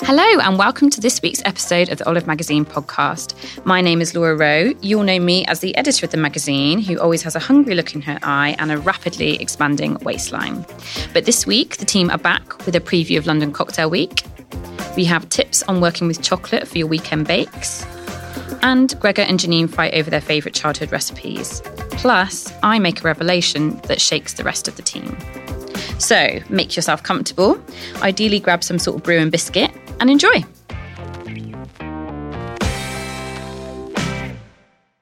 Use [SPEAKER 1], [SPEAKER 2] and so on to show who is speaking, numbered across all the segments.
[SPEAKER 1] Hello, and welcome to this week's episode of the Olive Magazine podcast. My name is Laura Rowe. You'll know me as the editor of the magazine, who always has a hungry look in her eye and a rapidly expanding waistline. But this week, the team are back with a preview of London Cocktail Week. We have tips on working with chocolate for your weekend bakes, and Gregor and Janine fight over their favourite childhood recipes. Plus, I make a revelation that shakes the rest of the team. So make yourself comfortable, ideally, grab some sort of brew and biscuit and enjoy.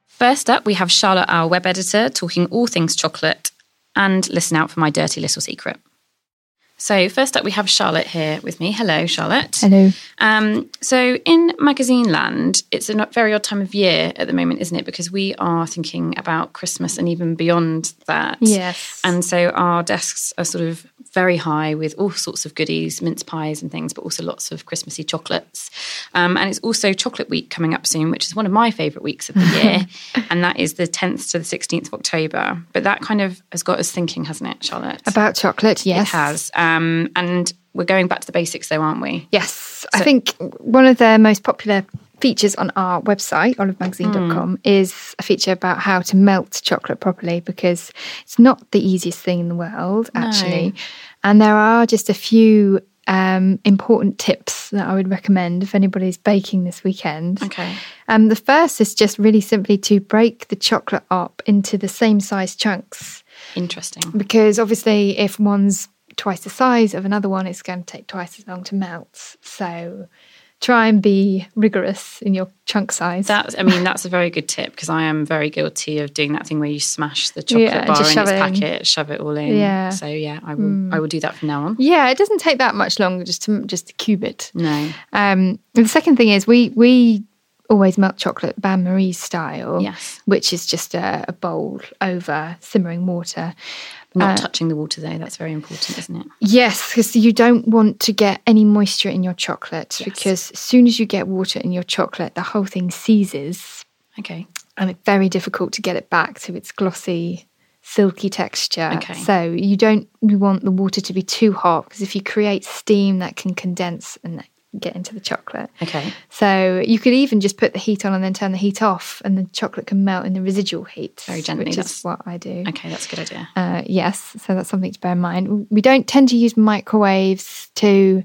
[SPEAKER 1] First up, we have Charlotte, our web editor, talking all things chocolate and listen out for my dirty little secret. So, first up, we have Charlotte here with me. Hello, Charlotte.
[SPEAKER 2] Hello.
[SPEAKER 1] Um, so, in magazine land, it's a not- very odd time of year at the moment, isn't it? Because we are thinking about Christmas and even beyond that.
[SPEAKER 2] Yes.
[SPEAKER 1] And so our desks are sort of very high with all sorts of goodies, mince pies and things, but also lots of Christmassy chocolates. Um, and it's also Chocolate Week coming up soon, which is one of my favourite weeks of the year. and that is the 10th to the 16th of October. But that kind of has got us thinking, hasn't it, Charlotte?
[SPEAKER 2] about chocolate, yes.
[SPEAKER 1] It has. Um, and we're going back to the basics, though, aren't we?
[SPEAKER 2] Yes. I think one of the most popular features on our website, olivemagazine.com, is a feature about how to melt chocolate properly because it's not the easiest thing in the world, actually. And there are just a few um, important tips that I would recommend if anybody's baking this weekend.
[SPEAKER 1] Okay.
[SPEAKER 2] Um, the first is just really simply to break the chocolate up into the same size chunks.
[SPEAKER 1] Interesting.
[SPEAKER 2] because obviously if one's twice the size of another one it's going to take twice as long to melt so try and be rigorous in your chunk size
[SPEAKER 1] That's, I mean, that's a very good tip because I am very guilty of doing that thing where you smash the chocolate
[SPEAKER 2] Yeah,
[SPEAKER 1] bar
[SPEAKER 2] just
[SPEAKER 1] in its
[SPEAKER 2] shove it in.
[SPEAKER 1] packet, shove it all in.
[SPEAKER 2] Yeah. Hmm.
[SPEAKER 1] So yeah, I will. I will do that from now on.
[SPEAKER 2] yeah it doesn't take that much longer just to just to cube it
[SPEAKER 1] No.
[SPEAKER 2] um and the second thing is we we always melt chocolate bain marie style
[SPEAKER 1] Yes.
[SPEAKER 2] which is just a, a bowl over simmering water Uh,
[SPEAKER 1] Not touching the water though. That's very important, isn't it?
[SPEAKER 2] Yes, because you don't want to get any moisture in your chocolate because as soon as you get water in your chocolate, the whole thing seizes
[SPEAKER 1] Okay.
[SPEAKER 2] and it's very difficult to get it back to its glossy, silky texture.
[SPEAKER 1] Okay.
[SPEAKER 2] So you don't you want the water to be too hot because if you create steam, that can condense and get into the chocolate.
[SPEAKER 1] Okay.
[SPEAKER 2] So you could even just put the heat on and then turn the heat off, and the chocolate can melt in the residual heat.
[SPEAKER 1] Very gently,
[SPEAKER 2] which
[SPEAKER 1] that's-
[SPEAKER 2] is what I do.
[SPEAKER 1] Okay. That's a good idea.
[SPEAKER 2] Uh, yes, so that's something to bear in mind. We don't tend to use microwaves to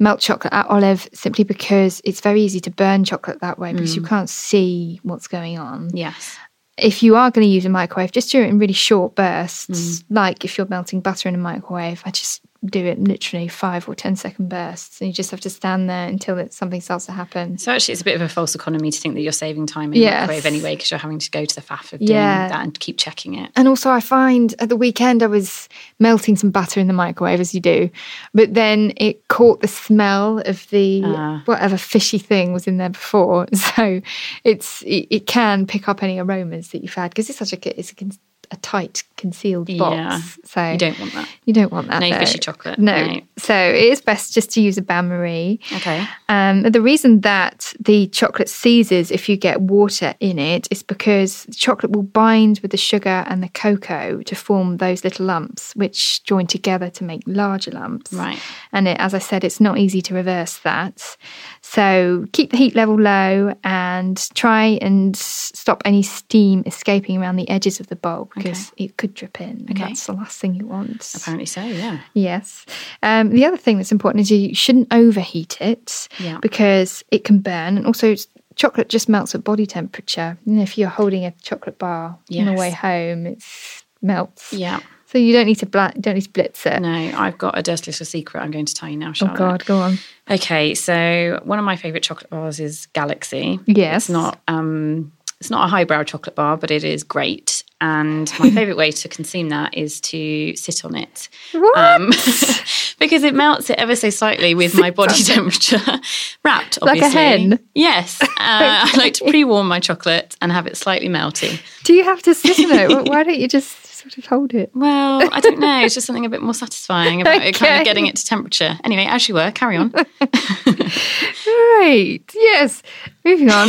[SPEAKER 2] melt chocolate at olive simply because it's very easy to burn chocolate that way because you
[SPEAKER 1] Mm.
[SPEAKER 2] can't see what's going on.
[SPEAKER 1] Yes.
[SPEAKER 2] If you are going to use a microwave, just do it in really short
[SPEAKER 1] Mm.
[SPEAKER 2] bursts. Like if you're melting butter in a microwave, I just do it literally five or ten second bursts, and you just have to stand there until it, something starts to happen.
[SPEAKER 1] So actually, it's a bit of a false economy to think that you're saving time in
[SPEAKER 2] Yes.
[SPEAKER 1] the microwave anyway because you're having to go to the faff of
[SPEAKER 2] Yeah.
[SPEAKER 1] doing that and keep checking it.
[SPEAKER 2] And also, I find at the weekend I was melting some butter in the microwave, as you do, but then it caught the smell of the
[SPEAKER 1] Ah.
[SPEAKER 2] whatever fishy thing was in there before. So it's it, it can pick up any aromas that you've had because it's such a it's a, con- a tight concealed box.
[SPEAKER 1] Yeah.
[SPEAKER 2] So
[SPEAKER 1] You don't want that.
[SPEAKER 2] you don't want that.
[SPEAKER 1] No
[SPEAKER 2] though.
[SPEAKER 1] fishy chocolate,
[SPEAKER 2] No.
[SPEAKER 1] no.
[SPEAKER 2] So it is best just to use a bain marie.
[SPEAKER 1] Okay.
[SPEAKER 2] Um, the reason that the chocolate seizes if you get water in it is because the chocolate will bind with the sugar and the cocoa to form those little lumps, which join together to make larger lumps.
[SPEAKER 1] Right.
[SPEAKER 2] And it, as I said, it's not easy to reverse that. So keep the heat level low and try and s- stop any steam escaping around the edges of the bowl because it could drip in. and
[SPEAKER 1] Okay.
[SPEAKER 2] That's the last thing you want.
[SPEAKER 1] Apparently so. Yeah.
[SPEAKER 2] Yes. Um, the other thing that's important is you shouldn't overheat it
[SPEAKER 1] Yeah.
[SPEAKER 2] because it can burn. And also, it's- chocolate just melts at body temperature. You know, if you're holding a chocolate bar on
[SPEAKER 1] Yes.
[SPEAKER 2] the way home, it melts.
[SPEAKER 1] Yeah.
[SPEAKER 2] So you don't need to bla- don't need to blitz it.
[SPEAKER 1] No, I've got a dirty little secret. I'm going to tell you now,
[SPEAKER 2] oh
[SPEAKER 1] Charlotte.
[SPEAKER 2] God, go on.
[SPEAKER 1] Okay, so one of my favorite chocolate bars is Galaxy.
[SPEAKER 2] Yes.
[SPEAKER 1] It's not um it's not a highbrow chocolate bar, but it is great.
[SPEAKER 2] Uh,
[SPEAKER 1] And my favorite way to consume that is to sit on it.
[SPEAKER 2] What?
[SPEAKER 1] Um, because it melts it ever so slightly with my body temperature wrapped,
[SPEAKER 2] Like a
[SPEAKER 1] obviously.
[SPEAKER 2] hen.
[SPEAKER 1] Yes. Uh, I like to pre warm my chocolate and have it slightly melty.
[SPEAKER 2] Do you have to sit in it? Why- Why don't you just sort of hold it?
[SPEAKER 1] Well, I don't know. It's just something a bit more satisfying about it, kind
[SPEAKER 2] Okay.
[SPEAKER 1] of getting it to temperature. Anyway, as you were, carry on.
[SPEAKER 2] Right. Yes. Moving on.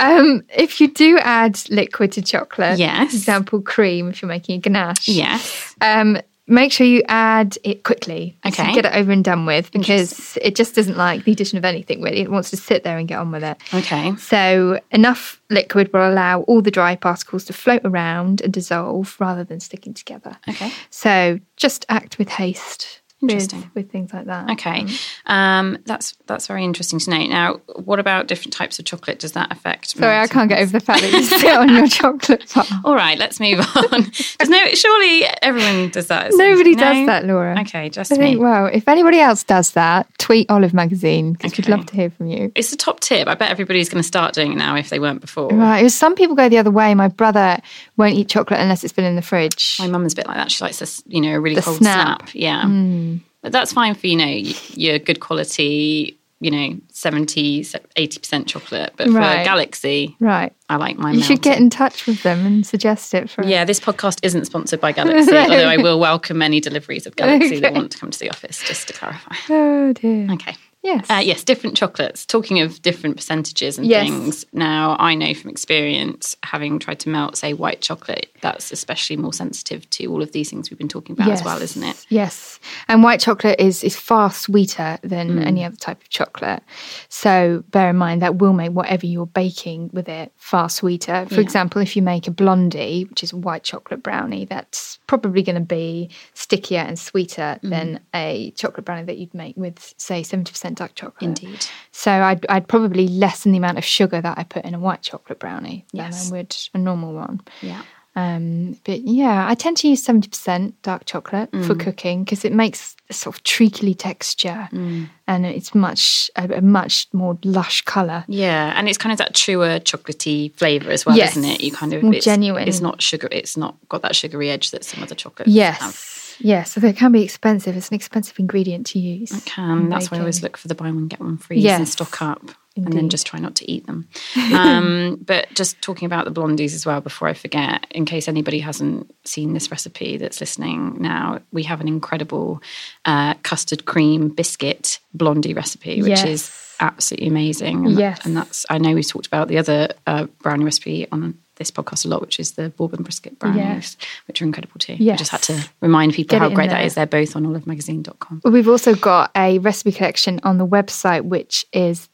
[SPEAKER 2] um, if you do add liquid to chocolate,
[SPEAKER 1] Yes.
[SPEAKER 2] for example, cream, if you're making a ganache,
[SPEAKER 1] yes.
[SPEAKER 2] um, make sure you add it quickly. So
[SPEAKER 1] Okay.
[SPEAKER 2] get it over and done with because it just doesn't like the addition of anything really. It wants to sit there and get on with it.
[SPEAKER 1] Okay.
[SPEAKER 2] So enough liquid will allow all the dry particles to float around and dissolve rather than sticking together.
[SPEAKER 1] Okay.
[SPEAKER 2] So just act with haste. with-
[SPEAKER 1] Interesting.
[SPEAKER 2] With, things like that.
[SPEAKER 1] Okay.
[SPEAKER 2] Mm-hmm.
[SPEAKER 1] Um, that's that's very interesting to know. Now, what about different types of chocolate? Does that affect?
[SPEAKER 2] Sorry, I
[SPEAKER 1] melting?
[SPEAKER 2] can't get over the fact that you sit on your chocolate bar.
[SPEAKER 1] All right, let's move on. There's no, surely everyone does that. isn't
[SPEAKER 2] Nobody
[SPEAKER 1] there?
[SPEAKER 2] does
[SPEAKER 1] No?
[SPEAKER 2] that, Laura.
[SPEAKER 1] Okay, just
[SPEAKER 2] I
[SPEAKER 1] me.
[SPEAKER 2] think, well, if anybody else does that, tweet Olive Magazine because we'd love to hear from you.
[SPEAKER 1] it's a top tip. I bet everybody's going to start doing it now if they weren't before.
[SPEAKER 2] Right. it was- Some people go the other way. My brother won't eat chocolate unless it's been in the fridge.
[SPEAKER 1] My mum's a bit like that. She likes this, you know, a really
[SPEAKER 2] The
[SPEAKER 1] cold
[SPEAKER 2] snap. Mm.
[SPEAKER 1] snap. Yeah, but that's fine for you know y- your good quality, you know, 70, 80 percent chocolate. But for
[SPEAKER 2] Right.
[SPEAKER 1] Galaxy,
[SPEAKER 2] Right.
[SPEAKER 1] I like my.
[SPEAKER 2] You should
[SPEAKER 1] melted.
[SPEAKER 2] get in touch with them and suggest it for us.
[SPEAKER 1] Yeah, this podcast isn't sponsored by Galaxy, although I will welcome any deliveries of Galaxy that want to come to the office, just to clarify.
[SPEAKER 2] Oh dear.
[SPEAKER 1] Okay.
[SPEAKER 2] Yes.
[SPEAKER 1] Uh, yes, different chocolates. Talking of different percentages and
[SPEAKER 2] Yes.
[SPEAKER 1] things, now I know from experience, having tried to melt, say, white chocolate, that's especially more sensitive to all of these things we've been talking about as well, isn't it?
[SPEAKER 2] Yes. And white chocolate is, is far sweeter than
[SPEAKER 1] Mm.
[SPEAKER 2] any other type of chocolate. So bear in mind that will make whatever you're baking with it far sweeter. For example, if you make a blondie, which is a white chocolate brownie, that's probably going to be stickier and sweeter
[SPEAKER 1] Mm.
[SPEAKER 2] than a chocolate brownie that you'd make with, say, 70% dark chocolate.
[SPEAKER 1] Indeed.
[SPEAKER 2] So I'd, I'd probably lessen the amount of sugar that I put in a white chocolate brownie
[SPEAKER 1] Yes.
[SPEAKER 2] than I would a normal one.
[SPEAKER 1] Yeah.
[SPEAKER 2] Um, but yeah, I tend to use 70% dark chocolate for cooking because it makes a sort of treacly texture and it's much a, a much more lush colour.
[SPEAKER 1] Yeah, and it's kind of that truer chocolatey flavour as well,
[SPEAKER 2] Yes.
[SPEAKER 1] isn't it? You kind of
[SPEAKER 2] More
[SPEAKER 1] it's,
[SPEAKER 2] genuine.
[SPEAKER 1] It's not sugar. It's not got that sugary edge that some other chocolates have.
[SPEAKER 2] Yes. Yes, so it can be expensive. It's an expensive ingredient to use.
[SPEAKER 1] can. That's why I always
[SPEAKER 2] baking.
[SPEAKER 1] look for the buy one get one free and
[SPEAKER 2] Yes,
[SPEAKER 1] stock up, and then just try not to eat them. Um, but just talking about the blondies as well before I forget, in case anybody hasn't seen this recipe that's listening now, we have an incredible uh, custard cream biscuit blondie recipe, which
[SPEAKER 2] Yes.
[SPEAKER 1] is absolutely amazing. And,
[SPEAKER 2] Yes.
[SPEAKER 1] and that's I know we've talked about the other uh, brownie recipe on. This podcast a lot, which is the Bourbon brisket brownies, which are incredible too. I just had
[SPEAKER 2] Yes.
[SPEAKER 1] to remind people
[SPEAKER 2] Get
[SPEAKER 1] how
[SPEAKER 2] it in
[SPEAKER 1] great that
[SPEAKER 2] there.
[SPEAKER 1] is. They're both on olivemagazine.com.
[SPEAKER 2] Well, We've also got a recipe collection on the website, which is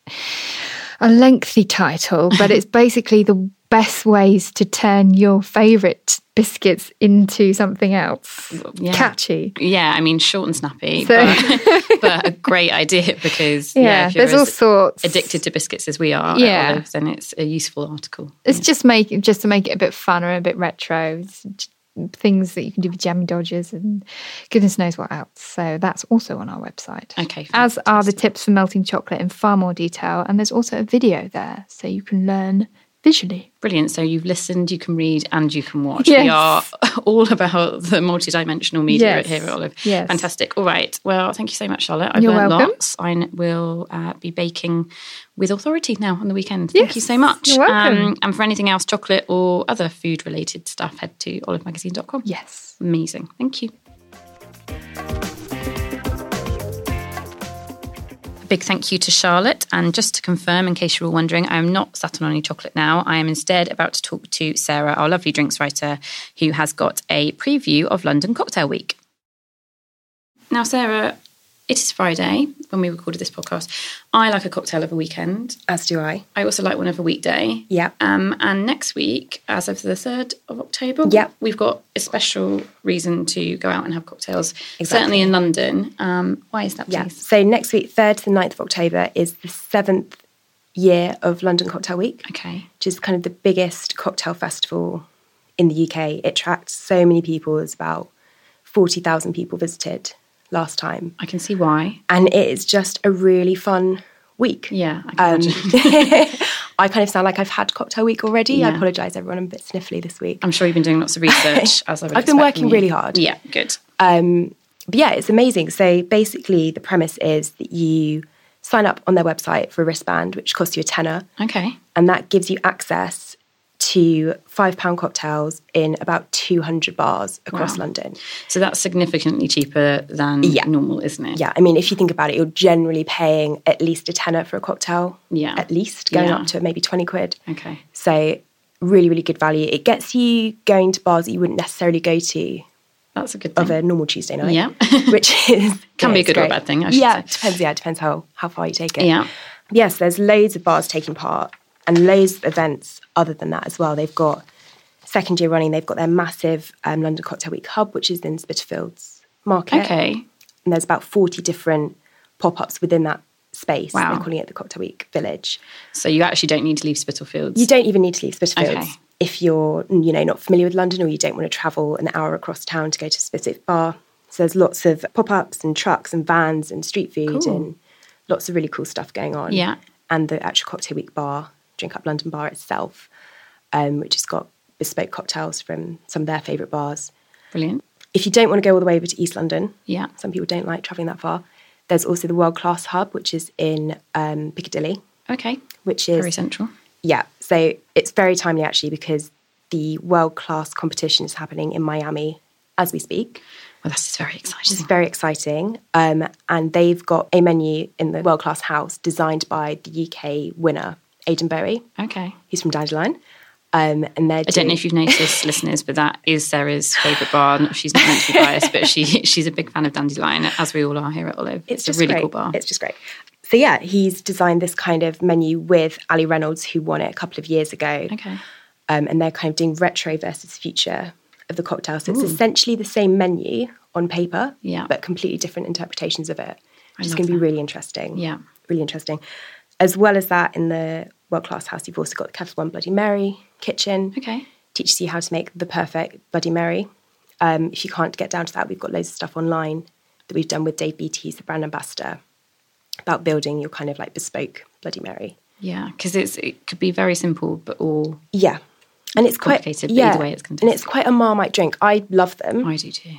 [SPEAKER 2] a lengthy title, but it's basically the best ways to turn your favourite biscuits into something else.
[SPEAKER 1] yeah.
[SPEAKER 2] Catchy.
[SPEAKER 1] Yeah, I mean, short and snappy,
[SPEAKER 2] So-
[SPEAKER 1] but, but a great idea because yeah,
[SPEAKER 2] Yeah,
[SPEAKER 1] if you're
[SPEAKER 2] there's all
[SPEAKER 1] as
[SPEAKER 2] sorts.
[SPEAKER 1] addicted to biscuits as we are,
[SPEAKER 2] Yeah.
[SPEAKER 1] yeah. then it's a useful article.
[SPEAKER 2] It's just make just to make it a bit fun or a bit retro. It's j- Things that you can do with jammy dodgers and goodness knows what else. So that's also on our website.
[SPEAKER 1] Okay,
[SPEAKER 2] As are the tips for melting chocolate in far more detail, and there's also a video there, so you can learn visually.
[SPEAKER 1] Brilliant. So you've listened, you can read, and you can watch.
[SPEAKER 2] Yes.
[SPEAKER 1] We are all about the multidimensional media
[SPEAKER 2] Yes.
[SPEAKER 1] here at Olive.
[SPEAKER 2] Yes.
[SPEAKER 1] Fantastic. All right. Well, thank you so much, Charlotte. I've
[SPEAKER 2] You're
[SPEAKER 1] learned
[SPEAKER 2] welcome.
[SPEAKER 1] lots. I n- will uh, be baking with authority now on the weekend. Thank you so much. Um,
[SPEAKER 2] You're welcome.
[SPEAKER 1] and for anything else, chocolate or other food related stuff, head to olivemagazine.com.
[SPEAKER 2] Yes.
[SPEAKER 1] Amazing. Thank you. A big thank you to Charlotte. And just to confirm, in case you're all wondering, I am not sat on any chocolate now. I am instead about to talk to Sarah, our lovely drinks writer, who has got a preview of London Cocktail Week. Now, Sarah, it is Friday when we recorded this podcast. I like a cocktail of a weekend.
[SPEAKER 3] As do I.
[SPEAKER 1] I also like one of a weekday.
[SPEAKER 3] Yeah.
[SPEAKER 1] Um, and next week, as of the 3rd of October,
[SPEAKER 3] Yeah.
[SPEAKER 1] we've got a special reason to go out and have cocktails, certainly
[SPEAKER 3] Exactly.
[SPEAKER 1] in London. Um, why is that,
[SPEAKER 3] Yeah.
[SPEAKER 1] please?
[SPEAKER 3] So next week, 3rd to the 9th of October, is the seventh year of London Cocktail Week,
[SPEAKER 1] Okay.
[SPEAKER 3] which is kind of the biggest cocktail festival in the UK. It attracts so many people. There's about 40,000 people visited last time.
[SPEAKER 1] I can see why.
[SPEAKER 3] And it is just a really fun week.
[SPEAKER 1] Yeah, I can
[SPEAKER 3] Um,
[SPEAKER 1] imagine.
[SPEAKER 3] I kind of sound like I've had cocktail week already. I
[SPEAKER 1] Yeah.
[SPEAKER 3] apologise, everyone. I'm a bit sniffly this week.
[SPEAKER 1] I'm sure you've been doing lots of research, as I would
[SPEAKER 3] I've been
[SPEAKER 1] expect from
[SPEAKER 3] working
[SPEAKER 1] you.
[SPEAKER 3] really hard.
[SPEAKER 1] Yeah, good.
[SPEAKER 3] Um, but yeah, it's amazing. So basically, the premise is that you sign up on their website for a wristband, which costs you a tenner,
[SPEAKER 1] Okay.
[SPEAKER 3] and that gives you access to five pound cocktails in about 200 bars across London.
[SPEAKER 1] So that's significantly cheaper than
[SPEAKER 3] Yeah.
[SPEAKER 1] normal, isn't it?
[SPEAKER 3] Yeah, I mean, if you think about it, you're generally paying at least a tenner for a cocktail.
[SPEAKER 1] Yeah.
[SPEAKER 3] At least going
[SPEAKER 1] Yeah.
[SPEAKER 3] up to maybe 20 quid.
[SPEAKER 1] Okay.
[SPEAKER 3] So, really, really good value. It gets you going to bars that you wouldn't necessarily go to
[SPEAKER 1] That's a good thing.
[SPEAKER 3] of a normal Tuesday night.
[SPEAKER 1] Yeah.
[SPEAKER 3] which is.
[SPEAKER 1] Can
[SPEAKER 3] yeah,
[SPEAKER 1] be a
[SPEAKER 3] it's
[SPEAKER 1] good or a
[SPEAKER 3] great.
[SPEAKER 1] bad thing, I should
[SPEAKER 3] yeah,
[SPEAKER 1] say.
[SPEAKER 3] Depends, yeah, it depends how, how far you take it.
[SPEAKER 1] Yeah.
[SPEAKER 3] Yes, there's loads of bars taking part and loads of events other than that as well. They've got second year running, they've got their massive um, London Cocktail Week hub, which is in Spitalfields Market
[SPEAKER 1] Okay.
[SPEAKER 3] and there's about 40 different pop-ups within that space.
[SPEAKER 1] Wow.
[SPEAKER 3] They're calling it the Cocktail Week Village.
[SPEAKER 1] So you actually don't need to leave Spitalfields.
[SPEAKER 3] You don't even need to leave Spitalfields
[SPEAKER 1] Okay.
[SPEAKER 3] if you're, you know, not familiar with London or you don't want to travel an hour across town to go to a specific bar. So there's lots of pop-ups and trucks and vans and street food
[SPEAKER 1] Cool.
[SPEAKER 3] and lots of really cool stuff going on.
[SPEAKER 1] Yeah.
[SPEAKER 3] And the actual Cocktail Week bar, Drink Up London bar itself, um, which has got bespoke cocktails from some of their favourite bars.
[SPEAKER 1] Brilliant.
[SPEAKER 3] If you don't want to go all the way over to East London,
[SPEAKER 1] Yeah.
[SPEAKER 3] some people don't like travelling that far. There's also the World Class Hub, which is in um, Piccadilly,
[SPEAKER 1] Okay.
[SPEAKER 3] which is
[SPEAKER 1] Very central.
[SPEAKER 3] yeah. So it's very timely actually because the World Class competition is happening in Miami as we speak.
[SPEAKER 1] Well, this is very
[SPEAKER 3] It's
[SPEAKER 1] exciting.
[SPEAKER 3] very exciting, um, and they've got a menu in the World Class House designed by the UK winner Aidan Bowie,
[SPEAKER 1] Okay.
[SPEAKER 3] who's from Dandelion, um, and they're
[SPEAKER 1] I don't know if you've noticed, listeners, but that is Sarah's favourite bar. Not- She's not meant to be biased, but she she's a big fan of Dandelion, as we all are here at Olive. It's, a really
[SPEAKER 3] great.
[SPEAKER 1] cool bar.
[SPEAKER 3] It's just great. So yeah, he's designed this kind of menu with Ali Reynolds, who won it a couple of years ago.
[SPEAKER 1] okay.
[SPEAKER 3] um, and they're kind of doing retro versus future of the cocktail. So it's essentially the same menu on paper,
[SPEAKER 1] Yeah.
[SPEAKER 3] but completely different interpretations of it, which is
[SPEAKER 1] love
[SPEAKER 3] going to be
[SPEAKER 1] that.
[SPEAKER 3] really interesting.
[SPEAKER 1] Yeah.
[SPEAKER 3] really interesting. As well as that, in the world class house, you've also got the Kettle One Bloody Mary kitchen.
[SPEAKER 1] Okay.
[SPEAKER 3] teaches you how to make the perfect Bloody Mary. Um, if you can't get down to that, we've got loads of stuff online that we've done with Dave Beatty's, the brand ambassador, about building your kind of like bespoke Bloody Mary.
[SPEAKER 1] Yeah, because it's it could be very simple, but all
[SPEAKER 3] Yeah. And it's quite
[SPEAKER 1] Complicated, but
[SPEAKER 3] yeah,
[SPEAKER 1] either way it's gonna
[SPEAKER 3] and
[SPEAKER 1] taste
[SPEAKER 3] it's quite a marmite drink. I love them,
[SPEAKER 1] I do too.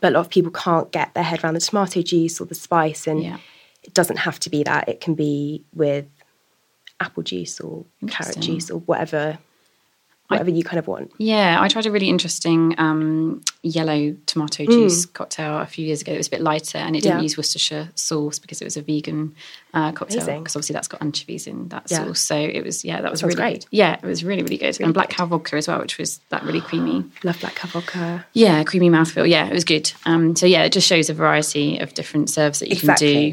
[SPEAKER 3] but a lot of people can't get their head around the tomato juice or the spice, and
[SPEAKER 1] Yeah.
[SPEAKER 3] it doesn't have to be that. It can be with apple juice or carrot
[SPEAKER 1] Interesting.
[SPEAKER 3] juice or whatever, whatever you kind of want.
[SPEAKER 1] Yeah, I tried a really interesting um, yellow tomato juice cocktail a few years ago. It was a bit lighter and it didn't
[SPEAKER 3] Mm. Yeah.
[SPEAKER 1] use Worcestershire sauce because it was a vegan uh, cocktail.
[SPEAKER 3] Amazing.
[SPEAKER 1] Because obviously that's got anchovies in that
[SPEAKER 3] Yeah.
[SPEAKER 1] sauce. So it was, yeah, that was
[SPEAKER 3] sounds
[SPEAKER 1] really
[SPEAKER 3] great.
[SPEAKER 1] good. Yeah, it was really, really good. and black cow vodka as well, which was that really creamy.
[SPEAKER 3] Love black cat vodka.
[SPEAKER 1] Yeah, creamy mouthfeel. Yeah, it was good. Um, so yeah, it just shows a variety of different serves that you
[SPEAKER 3] Exactly.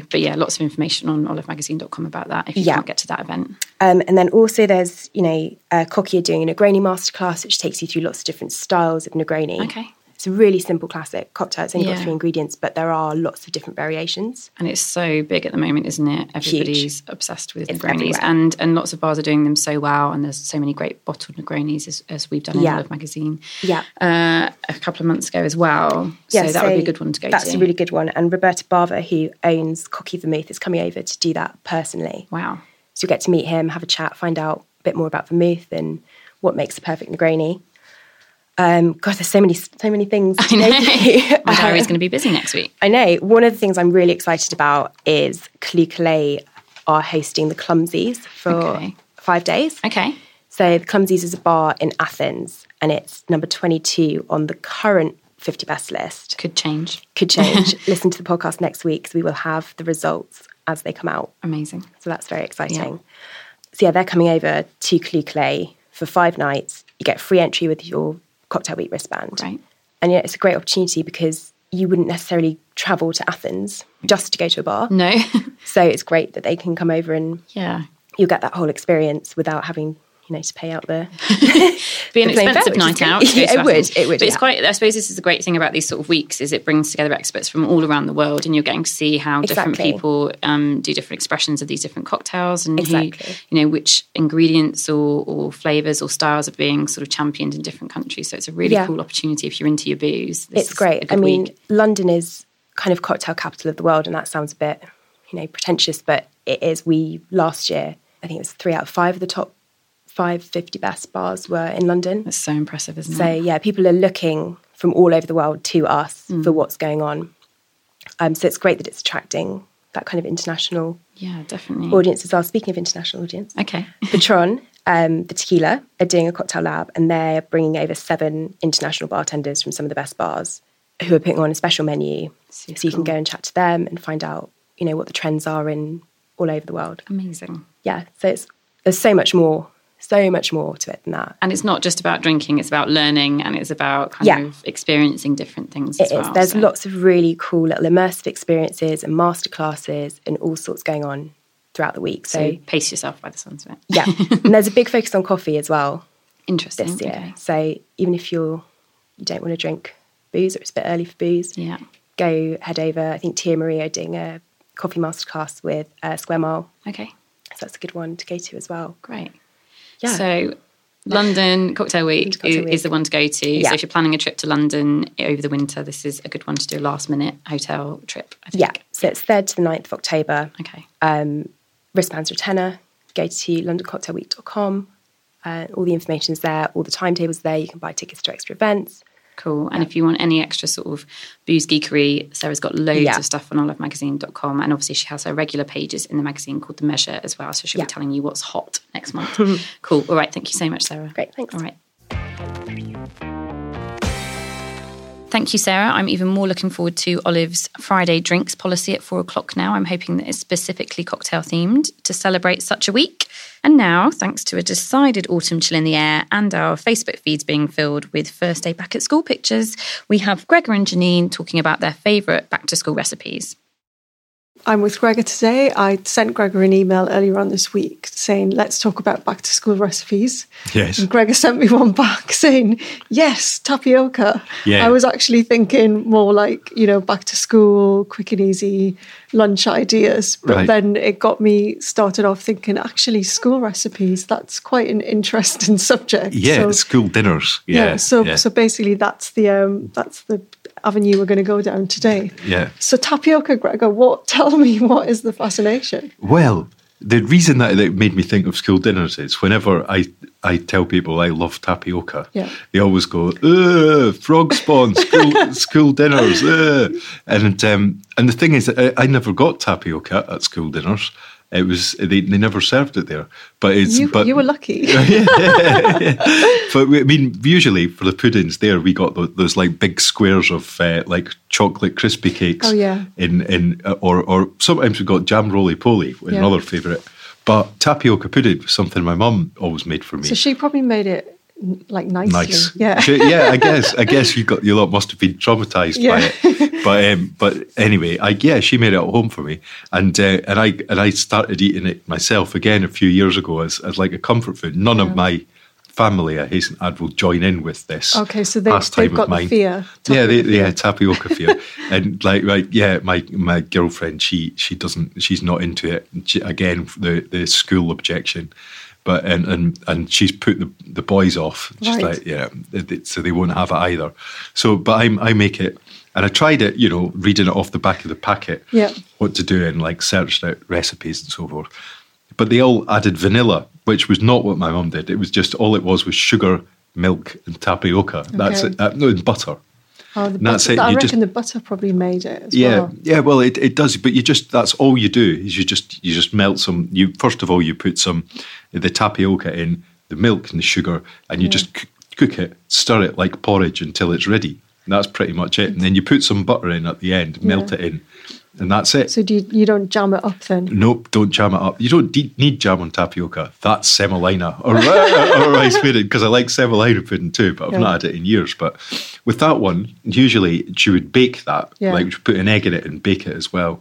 [SPEAKER 1] can do. But yeah, lots of information on olivemagazine.com about that if you
[SPEAKER 3] Yeah.
[SPEAKER 1] can't get to that event.
[SPEAKER 3] Um, and then also there's, you know, uh, Cocky are doing a Negroni masterclass, which takes you through lots of different styles of Negroni.
[SPEAKER 1] Okay.
[SPEAKER 3] It's a really simple classic cocktail. It's only
[SPEAKER 1] Yeah.
[SPEAKER 3] got three ingredients, but there are lots of different variations.
[SPEAKER 1] And it's so big at the moment, isn't it? Everybody's obsessed with Negronis,
[SPEAKER 3] everywhere.
[SPEAKER 1] and and lots of bars are doing them so well. And there's so many great bottled Negronis as, as we've done in
[SPEAKER 3] Yeah.
[SPEAKER 1] Olive Magazine.
[SPEAKER 3] Yeah.
[SPEAKER 1] uh, a couple of months ago as well.
[SPEAKER 3] Yeah,
[SPEAKER 1] so that would be a good one to go
[SPEAKER 3] that's
[SPEAKER 1] to.
[SPEAKER 3] a really good one. And Roberta Barber, who owns Cocky Vermouth, is coming over to do that personally.
[SPEAKER 1] wow.
[SPEAKER 3] So you'll get to meet him, have a chat, find out a bit more about vermouth and what makes a perfect Negroni. Um, God, there's so many, so many things. To
[SPEAKER 1] I
[SPEAKER 3] go through.
[SPEAKER 1] know. My diary's going to be busy next week.
[SPEAKER 3] I know. One of the things I'm really excited about is Clue Calais are hosting the Clumsies for
[SPEAKER 1] Okay.
[SPEAKER 3] five days.
[SPEAKER 1] Okay.
[SPEAKER 3] So the Clumsies is a bar in Athens, and it's number 22 on the current 50 best list.
[SPEAKER 1] Could change.
[SPEAKER 3] could change. Listen to the podcast next week because we will have the results as they come out.
[SPEAKER 1] Amazing.
[SPEAKER 3] So that's very exciting. So yeah, they're coming over to Clue Clay for five nights. You get free entry with your cocktail week wristband.
[SPEAKER 1] Right.
[SPEAKER 3] And yeah, it's a great opportunity because you wouldn't necessarily travel to Athens just to go to a bar.
[SPEAKER 1] No.
[SPEAKER 3] So it's great that they can come over and
[SPEAKER 1] yeah.
[SPEAKER 3] you'll get that whole experience without having, you know, to pay out the
[SPEAKER 1] be an
[SPEAKER 3] the plain
[SPEAKER 1] expensive
[SPEAKER 3] fare, which
[SPEAKER 1] night
[SPEAKER 3] is good.
[SPEAKER 1] out. to go
[SPEAKER 3] Yeah,
[SPEAKER 1] to
[SPEAKER 3] it would,
[SPEAKER 1] Athens.
[SPEAKER 3] it would,
[SPEAKER 1] But it's
[SPEAKER 3] yeah.
[SPEAKER 1] quite. I suppose this is the great thing about these sort of weeks is it brings together experts from all around the world, and you're getting to see how
[SPEAKER 3] Exactly.
[SPEAKER 1] different people um, do different expressions of these different cocktails, and
[SPEAKER 3] Exactly.
[SPEAKER 1] who, you know which ingredients or, or flavors or styles are being sort of championed in different countries. So it's a really
[SPEAKER 3] Yeah.
[SPEAKER 1] cool opportunity if you're into your booze. This
[SPEAKER 3] it's
[SPEAKER 1] is a
[SPEAKER 3] great.
[SPEAKER 1] good
[SPEAKER 3] I mean,
[SPEAKER 1] week.
[SPEAKER 3] London is kind of cocktail capital of the world, and that sounds a bit, you know, pretentious, but it is. We last year, I think it was three out of five of the top five 50 best bars were in London.
[SPEAKER 1] that's so impressive, isn't
[SPEAKER 3] So
[SPEAKER 1] it? Mm.
[SPEAKER 3] yeah, people are looking from all over the world to us for what's going on. Um, so it's great that it's attracting that kind of international
[SPEAKER 1] Yeah, definitely.
[SPEAKER 3] audience as well. Speaking of international audience,
[SPEAKER 1] Okay.
[SPEAKER 3] Patron, um, the tequila, are doing a cocktail lab and they're bringing over seven international bartenders from some of the best bars who are putting on a special menu.
[SPEAKER 1] Super
[SPEAKER 3] so you
[SPEAKER 1] cool.
[SPEAKER 3] can go and chat to them and find out, you know, what the trends are in all over the world.
[SPEAKER 1] Amazing.
[SPEAKER 3] Yeah, so it's there's so much more, so much more to it than that.
[SPEAKER 1] And it's not just about drinking, it's about learning and it's about kind
[SPEAKER 3] Yeah.
[SPEAKER 1] of experiencing different things as
[SPEAKER 3] It is.
[SPEAKER 1] well.
[SPEAKER 3] There's
[SPEAKER 1] so-
[SPEAKER 3] lots of really cool little immersive experiences and masterclasses and all sorts going on throughout the week.
[SPEAKER 1] So
[SPEAKER 3] So
[SPEAKER 1] pace yourself by the sounds of it.
[SPEAKER 3] yeah, and there's a big focus on coffee as well.
[SPEAKER 1] Interesting.
[SPEAKER 3] this year.
[SPEAKER 1] Okay.
[SPEAKER 3] So even if you're you don't want to drink booze or it's a bit early for booze,
[SPEAKER 1] Yeah.
[SPEAKER 3] go head over. I think Tia Maria are doing a coffee masterclass with uh, Square Mile,
[SPEAKER 1] Okay.
[SPEAKER 3] so that's a good one to go to as well.
[SPEAKER 1] Great.
[SPEAKER 3] Yeah.
[SPEAKER 1] So London Cocktail Week,
[SPEAKER 3] Cocktail
[SPEAKER 1] i- is
[SPEAKER 3] Week.
[SPEAKER 1] the one to go to.
[SPEAKER 3] Yeah.
[SPEAKER 1] So if you're planning a trip to London over the winter, this is a good one to do a last minute hotel trip, I think.
[SPEAKER 3] Yeah, so it's third to the 9th of October.
[SPEAKER 1] Okay.
[SPEAKER 3] Um, wristbands are a tenner. Go to londoncocktailweek.com. Uh, all the information is there. All the timetables there. You can buy tickets to extra events.
[SPEAKER 1] Cool. And if you want any extra sort of booze geekery, Sarah's got loads
[SPEAKER 3] Yeah.
[SPEAKER 1] of stuff on olivemagazine.com. And obviously, she has her regular pages in the magazine called The Measure as well. So she'll
[SPEAKER 3] Yeah.
[SPEAKER 1] be telling you what's hot next month. cool. All right. Thank you so much, Sarah.
[SPEAKER 3] Great, thanks.
[SPEAKER 1] All right. Thank you, Sarah. I'm even more looking forward to Olive's Friday drinks policy at four o'clock now. I'm hoping that it's specifically cocktail themed to celebrate such a week. And now, thanks to a decided autumn chill in the air and our Facebook feeds being filled with first day back at school pictures, we have Gregor and Janine talking about their favourite back to school recipes.
[SPEAKER 4] I'm with Gregor today. I sent Gregor an email earlier on this week saying, let's talk about back to school recipes.
[SPEAKER 5] Yes.
[SPEAKER 4] And Gregor sent me one back saying, yes, tapioca.
[SPEAKER 5] Yeah.
[SPEAKER 4] I was actually thinking more like, you know, back to school, quick and easy lunch ideas. But
[SPEAKER 5] Right.
[SPEAKER 4] then it got me started off thinking, actually, school recipes, that's quite an interesting subject.
[SPEAKER 5] Yeah,
[SPEAKER 4] So-
[SPEAKER 5] school dinners. Yeah.
[SPEAKER 4] yeah, so
[SPEAKER 5] yeah.
[SPEAKER 4] so basically that's the um, that's the avenue we're going to go down today.
[SPEAKER 5] Yeah.
[SPEAKER 4] So tapioca, Gregor, what? Tell me, what is the fascination?
[SPEAKER 5] Well, the reason that it made me think of school dinners is whenever I, I tell people I love tapioca,
[SPEAKER 4] Yeah.
[SPEAKER 5] they always go, Ugh, frog spawn, school, school dinners. Ugh. And um, and the thing is, I, I never got tapioca at school dinners. It was they, they never served it there, but it's
[SPEAKER 4] You,
[SPEAKER 5] but
[SPEAKER 4] you were lucky.
[SPEAKER 5] but we- I mean, usually for the puddings, there we got those, those like big squares of uh, like chocolate crispy cakes.
[SPEAKER 4] Oh, yeah.
[SPEAKER 5] In in uh, or or sometimes we got jam roly poly,
[SPEAKER 4] Yeah.
[SPEAKER 5] another favourite. But tapioca pudding was something my mum always made for me.
[SPEAKER 4] so she probably made it n- like nicely.
[SPEAKER 5] Nice,
[SPEAKER 4] Yeah.
[SPEAKER 5] She- yeah. I guess, I guess you got your lot must have been traumatized
[SPEAKER 4] Yeah.
[SPEAKER 5] by it, but um, but anyway, I yeah, she made it at home for me, and uh, and I and I started eating it myself again a few years ago as as like a comfort food. None of my family, I hasten to add, will join in with this.
[SPEAKER 4] Okay, so they-
[SPEAKER 5] pastime
[SPEAKER 4] they've
[SPEAKER 5] of
[SPEAKER 4] got the
[SPEAKER 5] mine.
[SPEAKER 4] fear,
[SPEAKER 5] Yeah, they,
[SPEAKER 4] tapioca
[SPEAKER 5] they yeah, tapioca fear, and like, like, yeah, my my girlfriend, she she doesn't, she's not into it. And She, again, the the school objection, but and and and she's put the the boys off. She's
[SPEAKER 4] Right.
[SPEAKER 5] like, yeah, it- it- so they won't have it either. So, but I I make it, and I tried it, you know, reading it off the back of the packet,
[SPEAKER 4] Yeah.
[SPEAKER 5] what to do, and like searched out recipes and so forth. But they all added vanilla, which was not what my mum did. It was just all it was was sugar, milk, and tapioca. That's
[SPEAKER 4] Okay.
[SPEAKER 5] it. Uh, no, and butter.
[SPEAKER 4] Oh, the
[SPEAKER 5] That's
[SPEAKER 4] butter-
[SPEAKER 5] it,
[SPEAKER 4] I
[SPEAKER 5] you
[SPEAKER 4] reckon
[SPEAKER 5] just-
[SPEAKER 4] the butter probably made it. As
[SPEAKER 5] Yeah,
[SPEAKER 4] Well.
[SPEAKER 5] yeah. Well, it, it does, but you just that's all you do is you just you just melt some. You first of all you put some the tapioca in the milk and the sugar, and you just c- cook it, stir it like porridge until it's ready. And that's pretty much it. And then you put some butter in at the end, melt it in, and that's it.
[SPEAKER 4] So do you, you don't jam it up then?
[SPEAKER 5] Nope, don't jam it up. You don't de- need jam on tapioca. That's semolina or, or rice pudding because I like semolina pudding too, but I've not had it in years. But with that one, usually she would bake that,
[SPEAKER 4] Yeah.
[SPEAKER 5] like put an egg in it and bake it as well.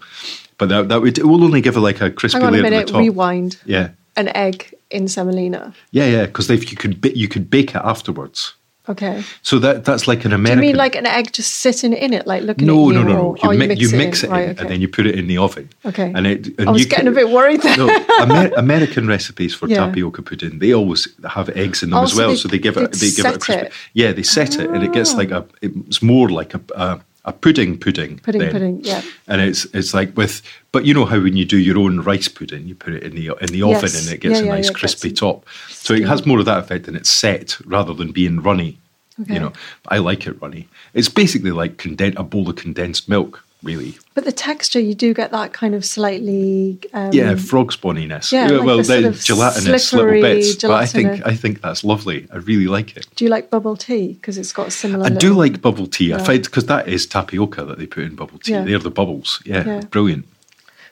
[SPEAKER 5] But that, that would it will only give her like a crispy
[SPEAKER 4] Hang on a
[SPEAKER 5] layer at
[SPEAKER 4] minute.
[SPEAKER 5] the top.
[SPEAKER 4] Rewind.
[SPEAKER 5] Yeah,
[SPEAKER 4] An egg in semolina.
[SPEAKER 5] yeah, yeah. Because if you could ba- you could bake it afterwards.
[SPEAKER 4] Okay.
[SPEAKER 5] So that that's like an
[SPEAKER 4] Do you
[SPEAKER 5] American.
[SPEAKER 4] mean like an egg just sitting in it, like looking
[SPEAKER 5] no,
[SPEAKER 4] at
[SPEAKER 5] no,
[SPEAKER 4] you?
[SPEAKER 5] no,
[SPEAKER 4] or-
[SPEAKER 5] no. You,
[SPEAKER 4] oh,
[SPEAKER 5] mi- you mix it in,
[SPEAKER 4] Right, okay.
[SPEAKER 5] and then you put it in the oven.
[SPEAKER 4] Okay.
[SPEAKER 5] And it. And
[SPEAKER 4] I was
[SPEAKER 5] you
[SPEAKER 4] getting
[SPEAKER 5] can-
[SPEAKER 4] a bit worried then.
[SPEAKER 5] no, Amer- American recipes for
[SPEAKER 4] Yeah.
[SPEAKER 5] tapioca pudding, they always have eggs in them
[SPEAKER 4] Oh,
[SPEAKER 5] as
[SPEAKER 4] so
[SPEAKER 5] well,
[SPEAKER 4] they-
[SPEAKER 5] so they give it
[SPEAKER 4] they
[SPEAKER 5] they give it a
[SPEAKER 4] set
[SPEAKER 5] crispy.
[SPEAKER 4] it.
[SPEAKER 5] Yeah, they set it, and it gets like a it's more like a a, a pudding pudding.
[SPEAKER 4] Pudding,
[SPEAKER 5] then.
[SPEAKER 4] pudding, yeah.
[SPEAKER 5] And it's it's like with, but you know how when you do your own rice pudding, you put it in the in the oven
[SPEAKER 4] Yes.
[SPEAKER 5] and it gets
[SPEAKER 4] Yeah,
[SPEAKER 5] a
[SPEAKER 4] yeah,
[SPEAKER 5] nice
[SPEAKER 4] yeah, it
[SPEAKER 5] crispy
[SPEAKER 4] gets-
[SPEAKER 5] top. So it has more of that effect, and it's set rather than being runny.
[SPEAKER 4] Okay.
[SPEAKER 5] You know, I like it runny. It's basically like conden- a bowl of condensed milk. really.
[SPEAKER 4] But the texture, you do get that kind of slightly um,
[SPEAKER 5] Yeah, frog spawniness.
[SPEAKER 4] yeah, like
[SPEAKER 5] well,
[SPEAKER 4] the sort
[SPEAKER 5] then
[SPEAKER 4] of
[SPEAKER 5] gelatinous
[SPEAKER 4] slippery,
[SPEAKER 5] little bits. But I
[SPEAKER 4] gelatinous-
[SPEAKER 5] think I think that's lovely. I really like it.
[SPEAKER 4] Do you like bubble tea? Because it's got similar.
[SPEAKER 5] I do
[SPEAKER 4] little-
[SPEAKER 5] like bubble tea. I
[SPEAKER 4] Yeah.
[SPEAKER 5] find because that is tapioca that they put in bubble tea.
[SPEAKER 4] Yeah.
[SPEAKER 5] They're the bubbles. Yeah,
[SPEAKER 4] Yeah.
[SPEAKER 5] brilliant.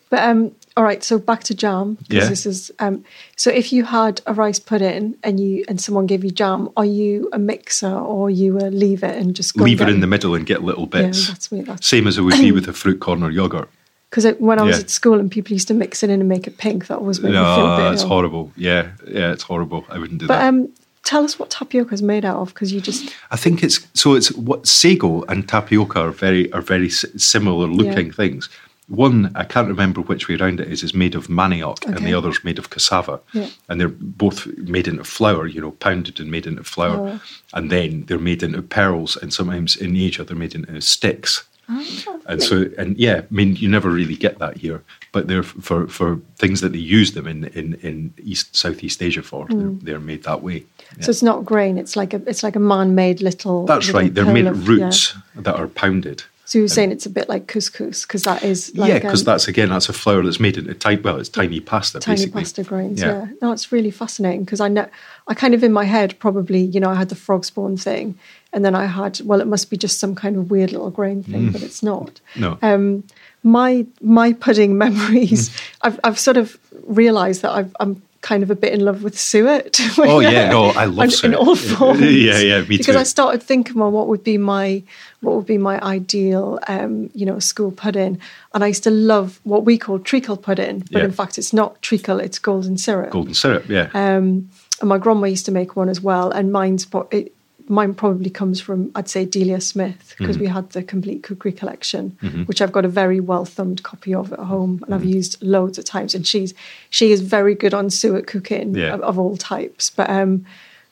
[SPEAKER 4] But um, all right, so back to jam. 'cause
[SPEAKER 5] Yeah.
[SPEAKER 4] This is um, so if you had a rice pudding and you and someone gave you jam, are you a mixer or you a leave it and just go
[SPEAKER 5] Leave
[SPEAKER 4] and
[SPEAKER 5] it
[SPEAKER 4] get-
[SPEAKER 5] in the middle and get little
[SPEAKER 4] Yeah,
[SPEAKER 5] bits.
[SPEAKER 4] that's me. That's
[SPEAKER 5] Same as it would be with a fruit corner yogurt.
[SPEAKER 4] because when I was
[SPEAKER 5] Yeah.
[SPEAKER 4] at school and people used to mix it in and make it pink, that always made me feel a
[SPEAKER 5] No,
[SPEAKER 4] bit
[SPEAKER 5] that's
[SPEAKER 4] ill.
[SPEAKER 5] horrible. Yeah, yeah, it's horrible. I wouldn't do
[SPEAKER 4] But
[SPEAKER 5] that.
[SPEAKER 4] um, tell us what tapioca is made out of because you just
[SPEAKER 5] I think it's so. It's what sago and tapioca are very are very s- similar looking things. One I can't remember which way around it is is made of manioc, and
[SPEAKER 4] Okay.
[SPEAKER 5] the other's made of cassava,
[SPEAKER 4] Yeah.
[SPEAKER 5] and they're both made into flour. You know, pounded and made into flour,
[SPEAKER 4] Oh.
[SPEAKER 5] and then they're made into pearls, and sometimes in Asia they're made into sticks.
[SPEAKER 4] Ah,
[SPEAKER 5] And so, and yeah, I mean, you never really get that here, but they're f- for, for things that they use them in, in, in East Southeast Asia for,
[SPEAKER 4] Mm.
[SPEAKER 5] they're, they're made that way. Yeah.
[SPEAKER 4] so it's not grain. It's like a it's like a man-made little.
[SPEAKER 5] That's
[SPEAKER 4] little
[SPEAKER 5] right. They're made
[SPEAKER 4] pole
[SPEAKER 5] of
[SPEAKER 4] of-
[SPEAKER 5] roots that are pounded.
[SPEAKER 4] So you're saying it's a bit like couscous because that is like
[SPEAKER 5] yeah, because
[SPEAKER 4] um,
[SPEAKER 5] that's again that's a flour that's made into tiny well, it's tiny pasta
[SPEAKER 4] tiny
[SPEAKER 5] basically.
[SPEAKER 4] pasta grains.
[SPEAKER 5] Yeah.
[SPEAKER 4] Yeah. no, it's really fascinating because I know I kind of in my head probably you know I had the frog spawn thing, and then I had well it must be just some kind of weird little grain
[SPEAKER 5] Mm.
[SPEAKER 4] thing, but it's not.
[SPEAKER 5] No,
[SPEAKER 4] Um, my my pudding memories.
[SPEAKER 5] Hmm.
[SPEAKER 4] I've I've sort of realised that I've, I'm kind of a bit in love with suet.
[SPEAKER 5] Oh, yeah, no, I love
[SPEAKER 4] On-
[SPEAKER 5] suet.
[SPEAKER 4] in all
[SPEAKER 5] Yeah,
[SPEAKER 4] forms.
[SPEAKER 5] yeah, me
[SPEAKER 4] because
[SPEAKER 5] too.
[SPEAKER 4] I started thinking on what would be my what would be my ideal um, you know school pudding, and I used to love what we call treacle pudding, but
[SPEAKER 5] Yeah.
[SPEAKER 4] in fact it's not treacle, it's golden syrup.
[SPEAKER 5] golden syrup. Yeah,
[SPEAKER 4] Um, and my grandma used to make one as well, and mine's pro- it, mine probably comes from I'd say Delia Smith because
[SPEAKER 5] Mm-hmm.
[SPEAKER 4] we had the complete cookery collection, which I've got a very well thumbed copy of at home, and I've
[SPEAKER 5] Mm-hmm.
[SPEAKER 4] used loads of times. And she's she is very good on suet cooking
[SPEAKER 5] Yeah.
[SPEAKER 4] of, of all types, but. Um,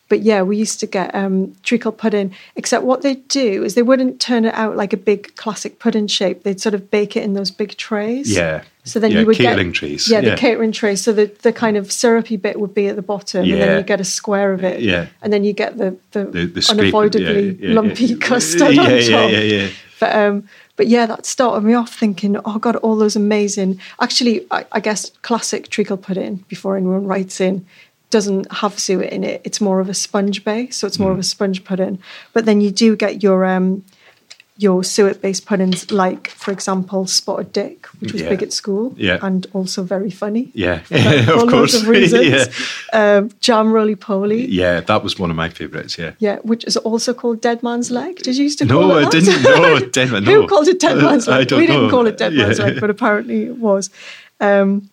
[SPEAKER 4] but yeah, we used to get um, treacle pudding. Except what they'd do is they wouldn't turn it out like a big classic pudding shape. They'd sort of bake it in those big trays.
[SPEAKER 5] yeah.
[SPEAKER 4] So then
[SPEAKER 5] yeah,
[SPEAKER 4] you would
[SPEAKER 5] catering
[SPEAKER 4] get,
[SPEAKER 5] trays.
[SPEAKER 4] Yeah, the catering tray. So the, the kind of syrupy bit would be at the bottom, and
[SPEAKER 5] Yeah.
[SPEAKER 4] then you get a square of it.
[SPEAKER 5] Yeah.
[SPEAKER 4] And then you get the the,
[SPEAKER 5] the, the scrape-
[SPEAKER 4] unavoidably
[SPEAKER 5] yeah, yeah, yeah,
[SPEAKER 4] lumpy
[SPEAKER 5] yeah,
[SPEAKER 4] custard
[SPEAKER 5] Yeah,
[SPEAKER 4] on
[SPEAKER 5] yeah,
[SPEAKER 4] top.
[SPEAKER 5] yeah, yeah.
[SPEAKER 4] But um, but yeah, that started me off thinking, oh god, all those amazing. Actually, I, I guess classic treacle pudding. Before anyone writes in, doesn't have suet in it. It's more of a sponge base, so it's more of a
[SPEAKER 5] Hmm.
[SPEAKER 4] sponge pudding. But then you do get your um, your suet based puddings, like for example, Spotted Dick, which was
[SPEAKER 5] Yeah.
[SPEAKER 4] big at school,
[SPEAKER 5] Yeah.
[SPEAKER 4] and also very funny.
[SPEAKER 5] Yeah,
[SPEAKER 4] for
[SPEAKER 5] of
[SPEAKER 4] loads
[SPEAKER 5] course.
[SPEAKER 4] of reasons.
[SPEAKER 5] yeah.
[SPEAKER 4] Um, jam roly poly.
[SPEAKER 5] yeah, that was one of my favourites. Yeah.
[SPEAKER 4] Yeah, which is also called Dead Man's Leg. Did you used to call
[SPEAKER 5] No,
[SPEAKER 4] it
[SPEAKER 5] I
[SPEAKER 4] that?
[SPEAKER 5] didn't. No, Denver. No. Uh,
[SPEAKER 4] Who called it Dead Man's Leg?
[SPEAKER 5] I don't
[SPEAKER 4] we didn't
[SPEAKER 5] know.
[SPEAKER 4] call it Dead Man's
[SPEAKER 5] Yeah.
[SPEAKER 4] Leg, but apparently it was. Um,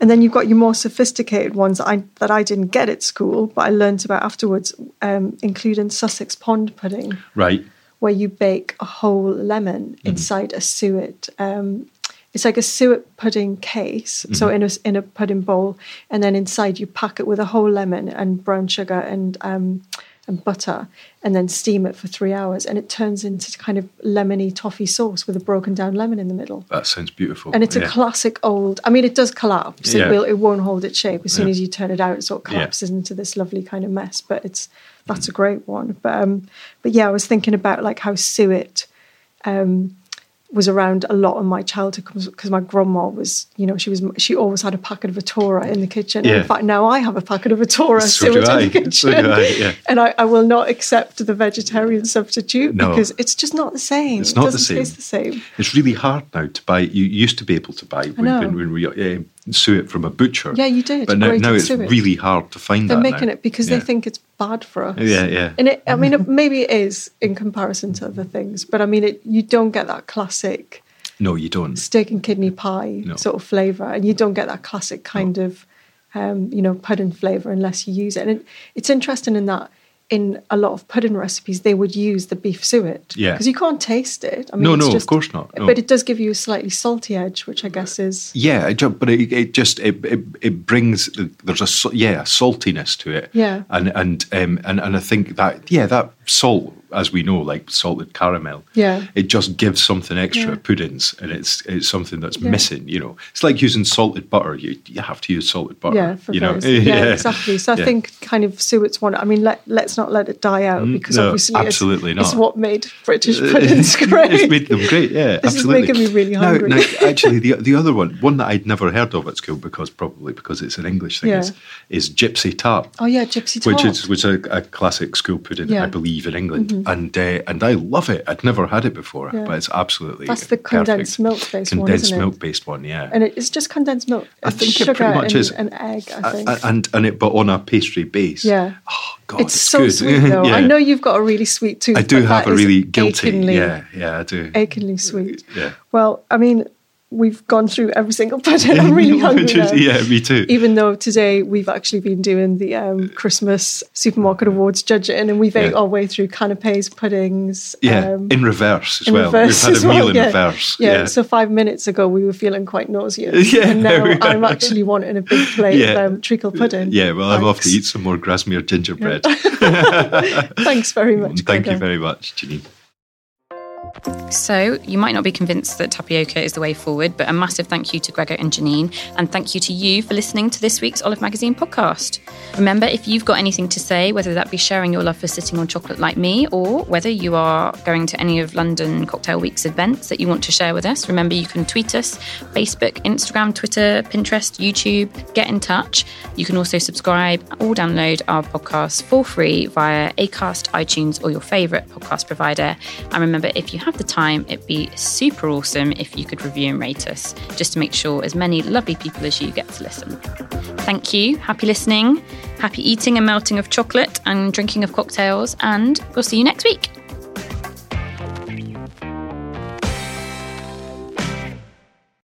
[SPEAKER 4] and then you've got your more sophisticated ones that I, that I didn't get at school, but I learnt about afterwards, um, including Sussex Pond Pudding,
[SPEAKER 5] Right.
[SPEAKER 4] where you bake a whole lemon inside a suet. Um, it's like a suet pudding case, so in a in a pudding bowl, and then inside you pack it with a whole lemon and brown sugar and um, and butter, and then steam it for three hours, and it turns into kind of lemony toffee sauce with a broken down lemon in the middle.
[SPEAKER 5] That sounds beautiful.
[SPEAKER 4] And it's
[SPEAKER 5] Yeah.
[SPEAKER 4] a classic old. I mean, it does collapse.
[SPEAKER 5] Yeah.
[SPEAKER 4] It will. It won't hold its shape as soon as you turn it out. It sort of
[SPEAKER 5] Yeah. Mm-hmm.
[SPEAKER 4] collapses into this lovely kind of mess. But it's that's a great one. But um, but yeah, I was thinking about like how suet um, was around a lot in my childhood because my grandma was, you know, she was she always had a packet of Atora in the kitchen. And
[SPEAKER 5] Yeah.
[SPEAKER 4] in fact, now I have a packet of Atora
[SPEAKER 5] So do
[SPEAKER 4] suet
[SPEAKER 5] I.
[SPEAKER 4] in the kitchen.
[SPEAKER 5] So do I, yeah.
[SPEAKER 4] And I, I will not accept the vegetarian substitute
[SPEAKER 5] No.
[SPEAKER 4] because it's just not the same.
[SPEAKER 5] It's
[SPEAKER 4] It
[SPEAKER 5] not the
[SPEAKER 4] doesn't
[SPEAKER 5] same.
[SPEAKER 4] Taste the same.
[SPEAKER 5] It's really hard now to buy. You used to be able to buy when,
[SPEAKER 4] know.
[SPEAKER 5] when, when we uh, suet from a butcher.
[SPEAKER 4] Yeah, you did,
[SPEAKER 5] But now,
[SPEAKER 4] grated
[SPEAKER 5] now it's
[SPEAKER 4] suet.
[SPEAKER 5] really hard to find
[SPEAKER 4] They're
[SPEAKER 5] that.
[SPEAKER 4] making
[SPEAKER 5] now.
[SPEAKER 4] it because
[SPEAKER 5] Yeah.
[SPEAKER 4] they think it's bad for us.
[SPEAKER 5] Yeah, yeah.
[SPEAKER 4] And it, I mean, it, maybe it is in comparison to other things, but I mean, it, you don't get that classic
[SPEAKER 5] No, you don't.
[SPEAKER 4] steak and kidney pie
[SPEAKER 5] No.
[SPEAKER 4] sort of flavour, and you don't get that classic kind of, um, you know, pudding flavour unless you use it. And it, it's interesting in that in a lot of pudding recipes, they would use the beef suet.
[SPEAKER 5] Yeah.
[SPEAKER 4] Because you can't taste it. I mean,
[SPEAKER 5] No,
[SPEAKER 4] it's
[SPEAKER 5] no, of
[SPEAKER 4] just-
[SPEAKER 5] course not, no.
[SPEAKER 4] But it does give you a slightly salty edge, which I guess is.
[SPEAKER 5] Yeah, I ju- but it, it just it, it it brings there's a sa- yeah a saltiness to it.
[SPEAKER 4] Yeah.
[SPEAKER 5] and and um and, and I think that yeah that salt, as we know, like salted caramel,
[SPEAKER 4] Yeah.
[SPEAKER 5] it just gives something extra.
[SPEAKER 4] Yeah.
[SPEAKER 5] Puddings, and it's it's something that's
[SPEAKER 4] Yeah.
[SPEAKER 5] missing. You know, it's like using salted butter. You you have to use salted butter.
[SPEAKER 4] Yeah, for
[SPEAKER 5] you know,
[SPEAKER 4] those. Yeah, exactly. So I
[SPEAKER 5] Yeah.
[SPEAKER 4] think kind of Seward's one. I mean, let, let's not let it die out because
[SPEAKER 5] Mm, no,
[SPEAKER 4] obviously it's-
[SPEAKER 5] absolutely
[SPEAKER 4] it's,
[SPEAKER 5] not. Uh,
[SPEAKER 4] what made British puddings great.
[SPEAKER 5] it's made them great. Yeah,
[SPEAKER 4] This is
[SPEAKER 5] absolutely.
[SPEAKER 4] making me really
[SPEAKER 5] Now-
[SPEAKER 4] hungry.
[SPEAKER 5] Now, actually, the the other one, one that I'd never heard of at school because probably because it's an English thing,
[SPEAKER 4] Yeah.
[SPEAKER 5] is is gypsy tart.
[SPEAKER 4] oh yeah, gypsy
[SPEAKER 5] Which
[SPEAKER 4] tart.
[SPEAKER 5] is which is a, a classic school pudding,
[SPEAKER 4] Yeah. Mm-hmm.
[SPEAKER 5] I believe, in England, and uh, and I love it. I'd never had it before,
[SPEAKER 4] Yeah.
[SPEAKER 5] but it's absolutely
[SPEAKER 4] That's the
[SPEAKER 5] perfect.
[SPEAKER 4] condensed milk-based one,
[SPEAKER 5] condensed
[SPEAKER 4] isn't it?
[SPEAKER 5] milk based one, yeah.
[SPEAKER 4] and it, it's just condensed milk.
[SPEAKER 5] I
[SPEAKER 4] and
[SPEAKER 5] think it
[SPEAKER 4] sugar
[SPEAKER 5] pretty much
[SPEAKER 4] and,
[SPEAKER 5] is.
[SPEAKER 4] and egg. I think.
[SPEAKER 5] A- and and it but on a pastry base.
[SPEAKER 4] Yeah.
[SPEAKER 5] Oh God,
[SPEAKER 4] it's,
[SPEAKER 5] it's,
[SPEAKER 4] so
[SPEAKER 5] good.
[SPEAKER 4] sweet though.
[SPEAKER 5] yeah.
[SPEAKER 4] I know you've got a really sweet tooth.
[SPEAKER 5] I do
[SPEAKER 4] but
[SPEAKER 5] have
[SPEAKER 4] that
[SPEAKER 5] a
[SPEAKER 4] is
[SPEAKER 5] really guilty.
[SPEAKER 4] achingly-
[SPEAKER 5] Yeah, yeah, I do.
[SPEAKER 4] achingly sweet.
[SPEAKER 5] Yeah.
[SPEAKER 4] Well, I mean, we've gone through every single pudding. I'm really hungry
[SPEAKER 5] Which
[SPEAKER 4] now.
[SPEAKER 5] is, yeah, me too.
[SPEAKER 4] Even though today we've actually been doing the um, Christmas supermarket awards judging, and we've ate
[SPEAKER 5] Yeah.
[SPEAKER 4] our way through canapes, puddings.
[SPEAKER 5] Yeah,
[SPEAKER 4] um,
[SPEAKER 5] in reverse as
[SPEAKER 4] in
[SPEAKER 5] well.
[SPEAKER 4] reverse
[SPEAKER 5] We've
[SPEAKER 4] as
[SPEAKER 5] had a meal
[SPEAKER 4] well,
[SPEAKER 5] in
[SPEAKER 4] yeah.
[SPEAKER 5] reverse.
[SPEAKER 4] Yeah,
[SPEAKER 5] Yeah,
[SPEAKER 4] So five minutes ago we were feeling quite nauseous,
[SPEAKER 5] Yeah,
[SPEAKER 4] and now
[SPEAKER 5] we are.
[SPEAKER 4] I'm actually wanting a big plate
[SPEAKER 5] Yeah.
[SPEAKER 4] of um, treacle pudding.
[SPEAKER 5] Yeah, well, I'm off to
[SPEAKER 4] Thanks.
[SPEAKER 5] eat some more Grasmere gingerbread.
[SPEAKER 4] Thanks very much.
[SPEAKER 5] Thank you
[SPEAKER 4] Gregor.
[SPEAKER 5] very much, Janine.
[SPEAKER 1] So, you might not be convinced that tapioca is the way forward, but a massive thank you to Gregor and Janine, and thank you to you for listening to this week's Olive Magazine podcast. Remember, if you've got anything to say, whether that be sharing your love for sitting on chocolate like me, or whether you are going to any of London Cocktail Week's events that you want to share with us, remember you can tweet us Facebook, Instagram, Twitter, Pinterest, YouTube. Get in touch. You can also subscribe or download our podcast for free via Acast, iTunes, or your favorite podcast provider. And remember, if you have the time, it'd be super awesome if you could review and rate us, just to make sure as many lovely people as you get to listen. Thank you. Happy listening. Happy eating and melting of chocolate and drinking of cocktails. And we'll see you next week.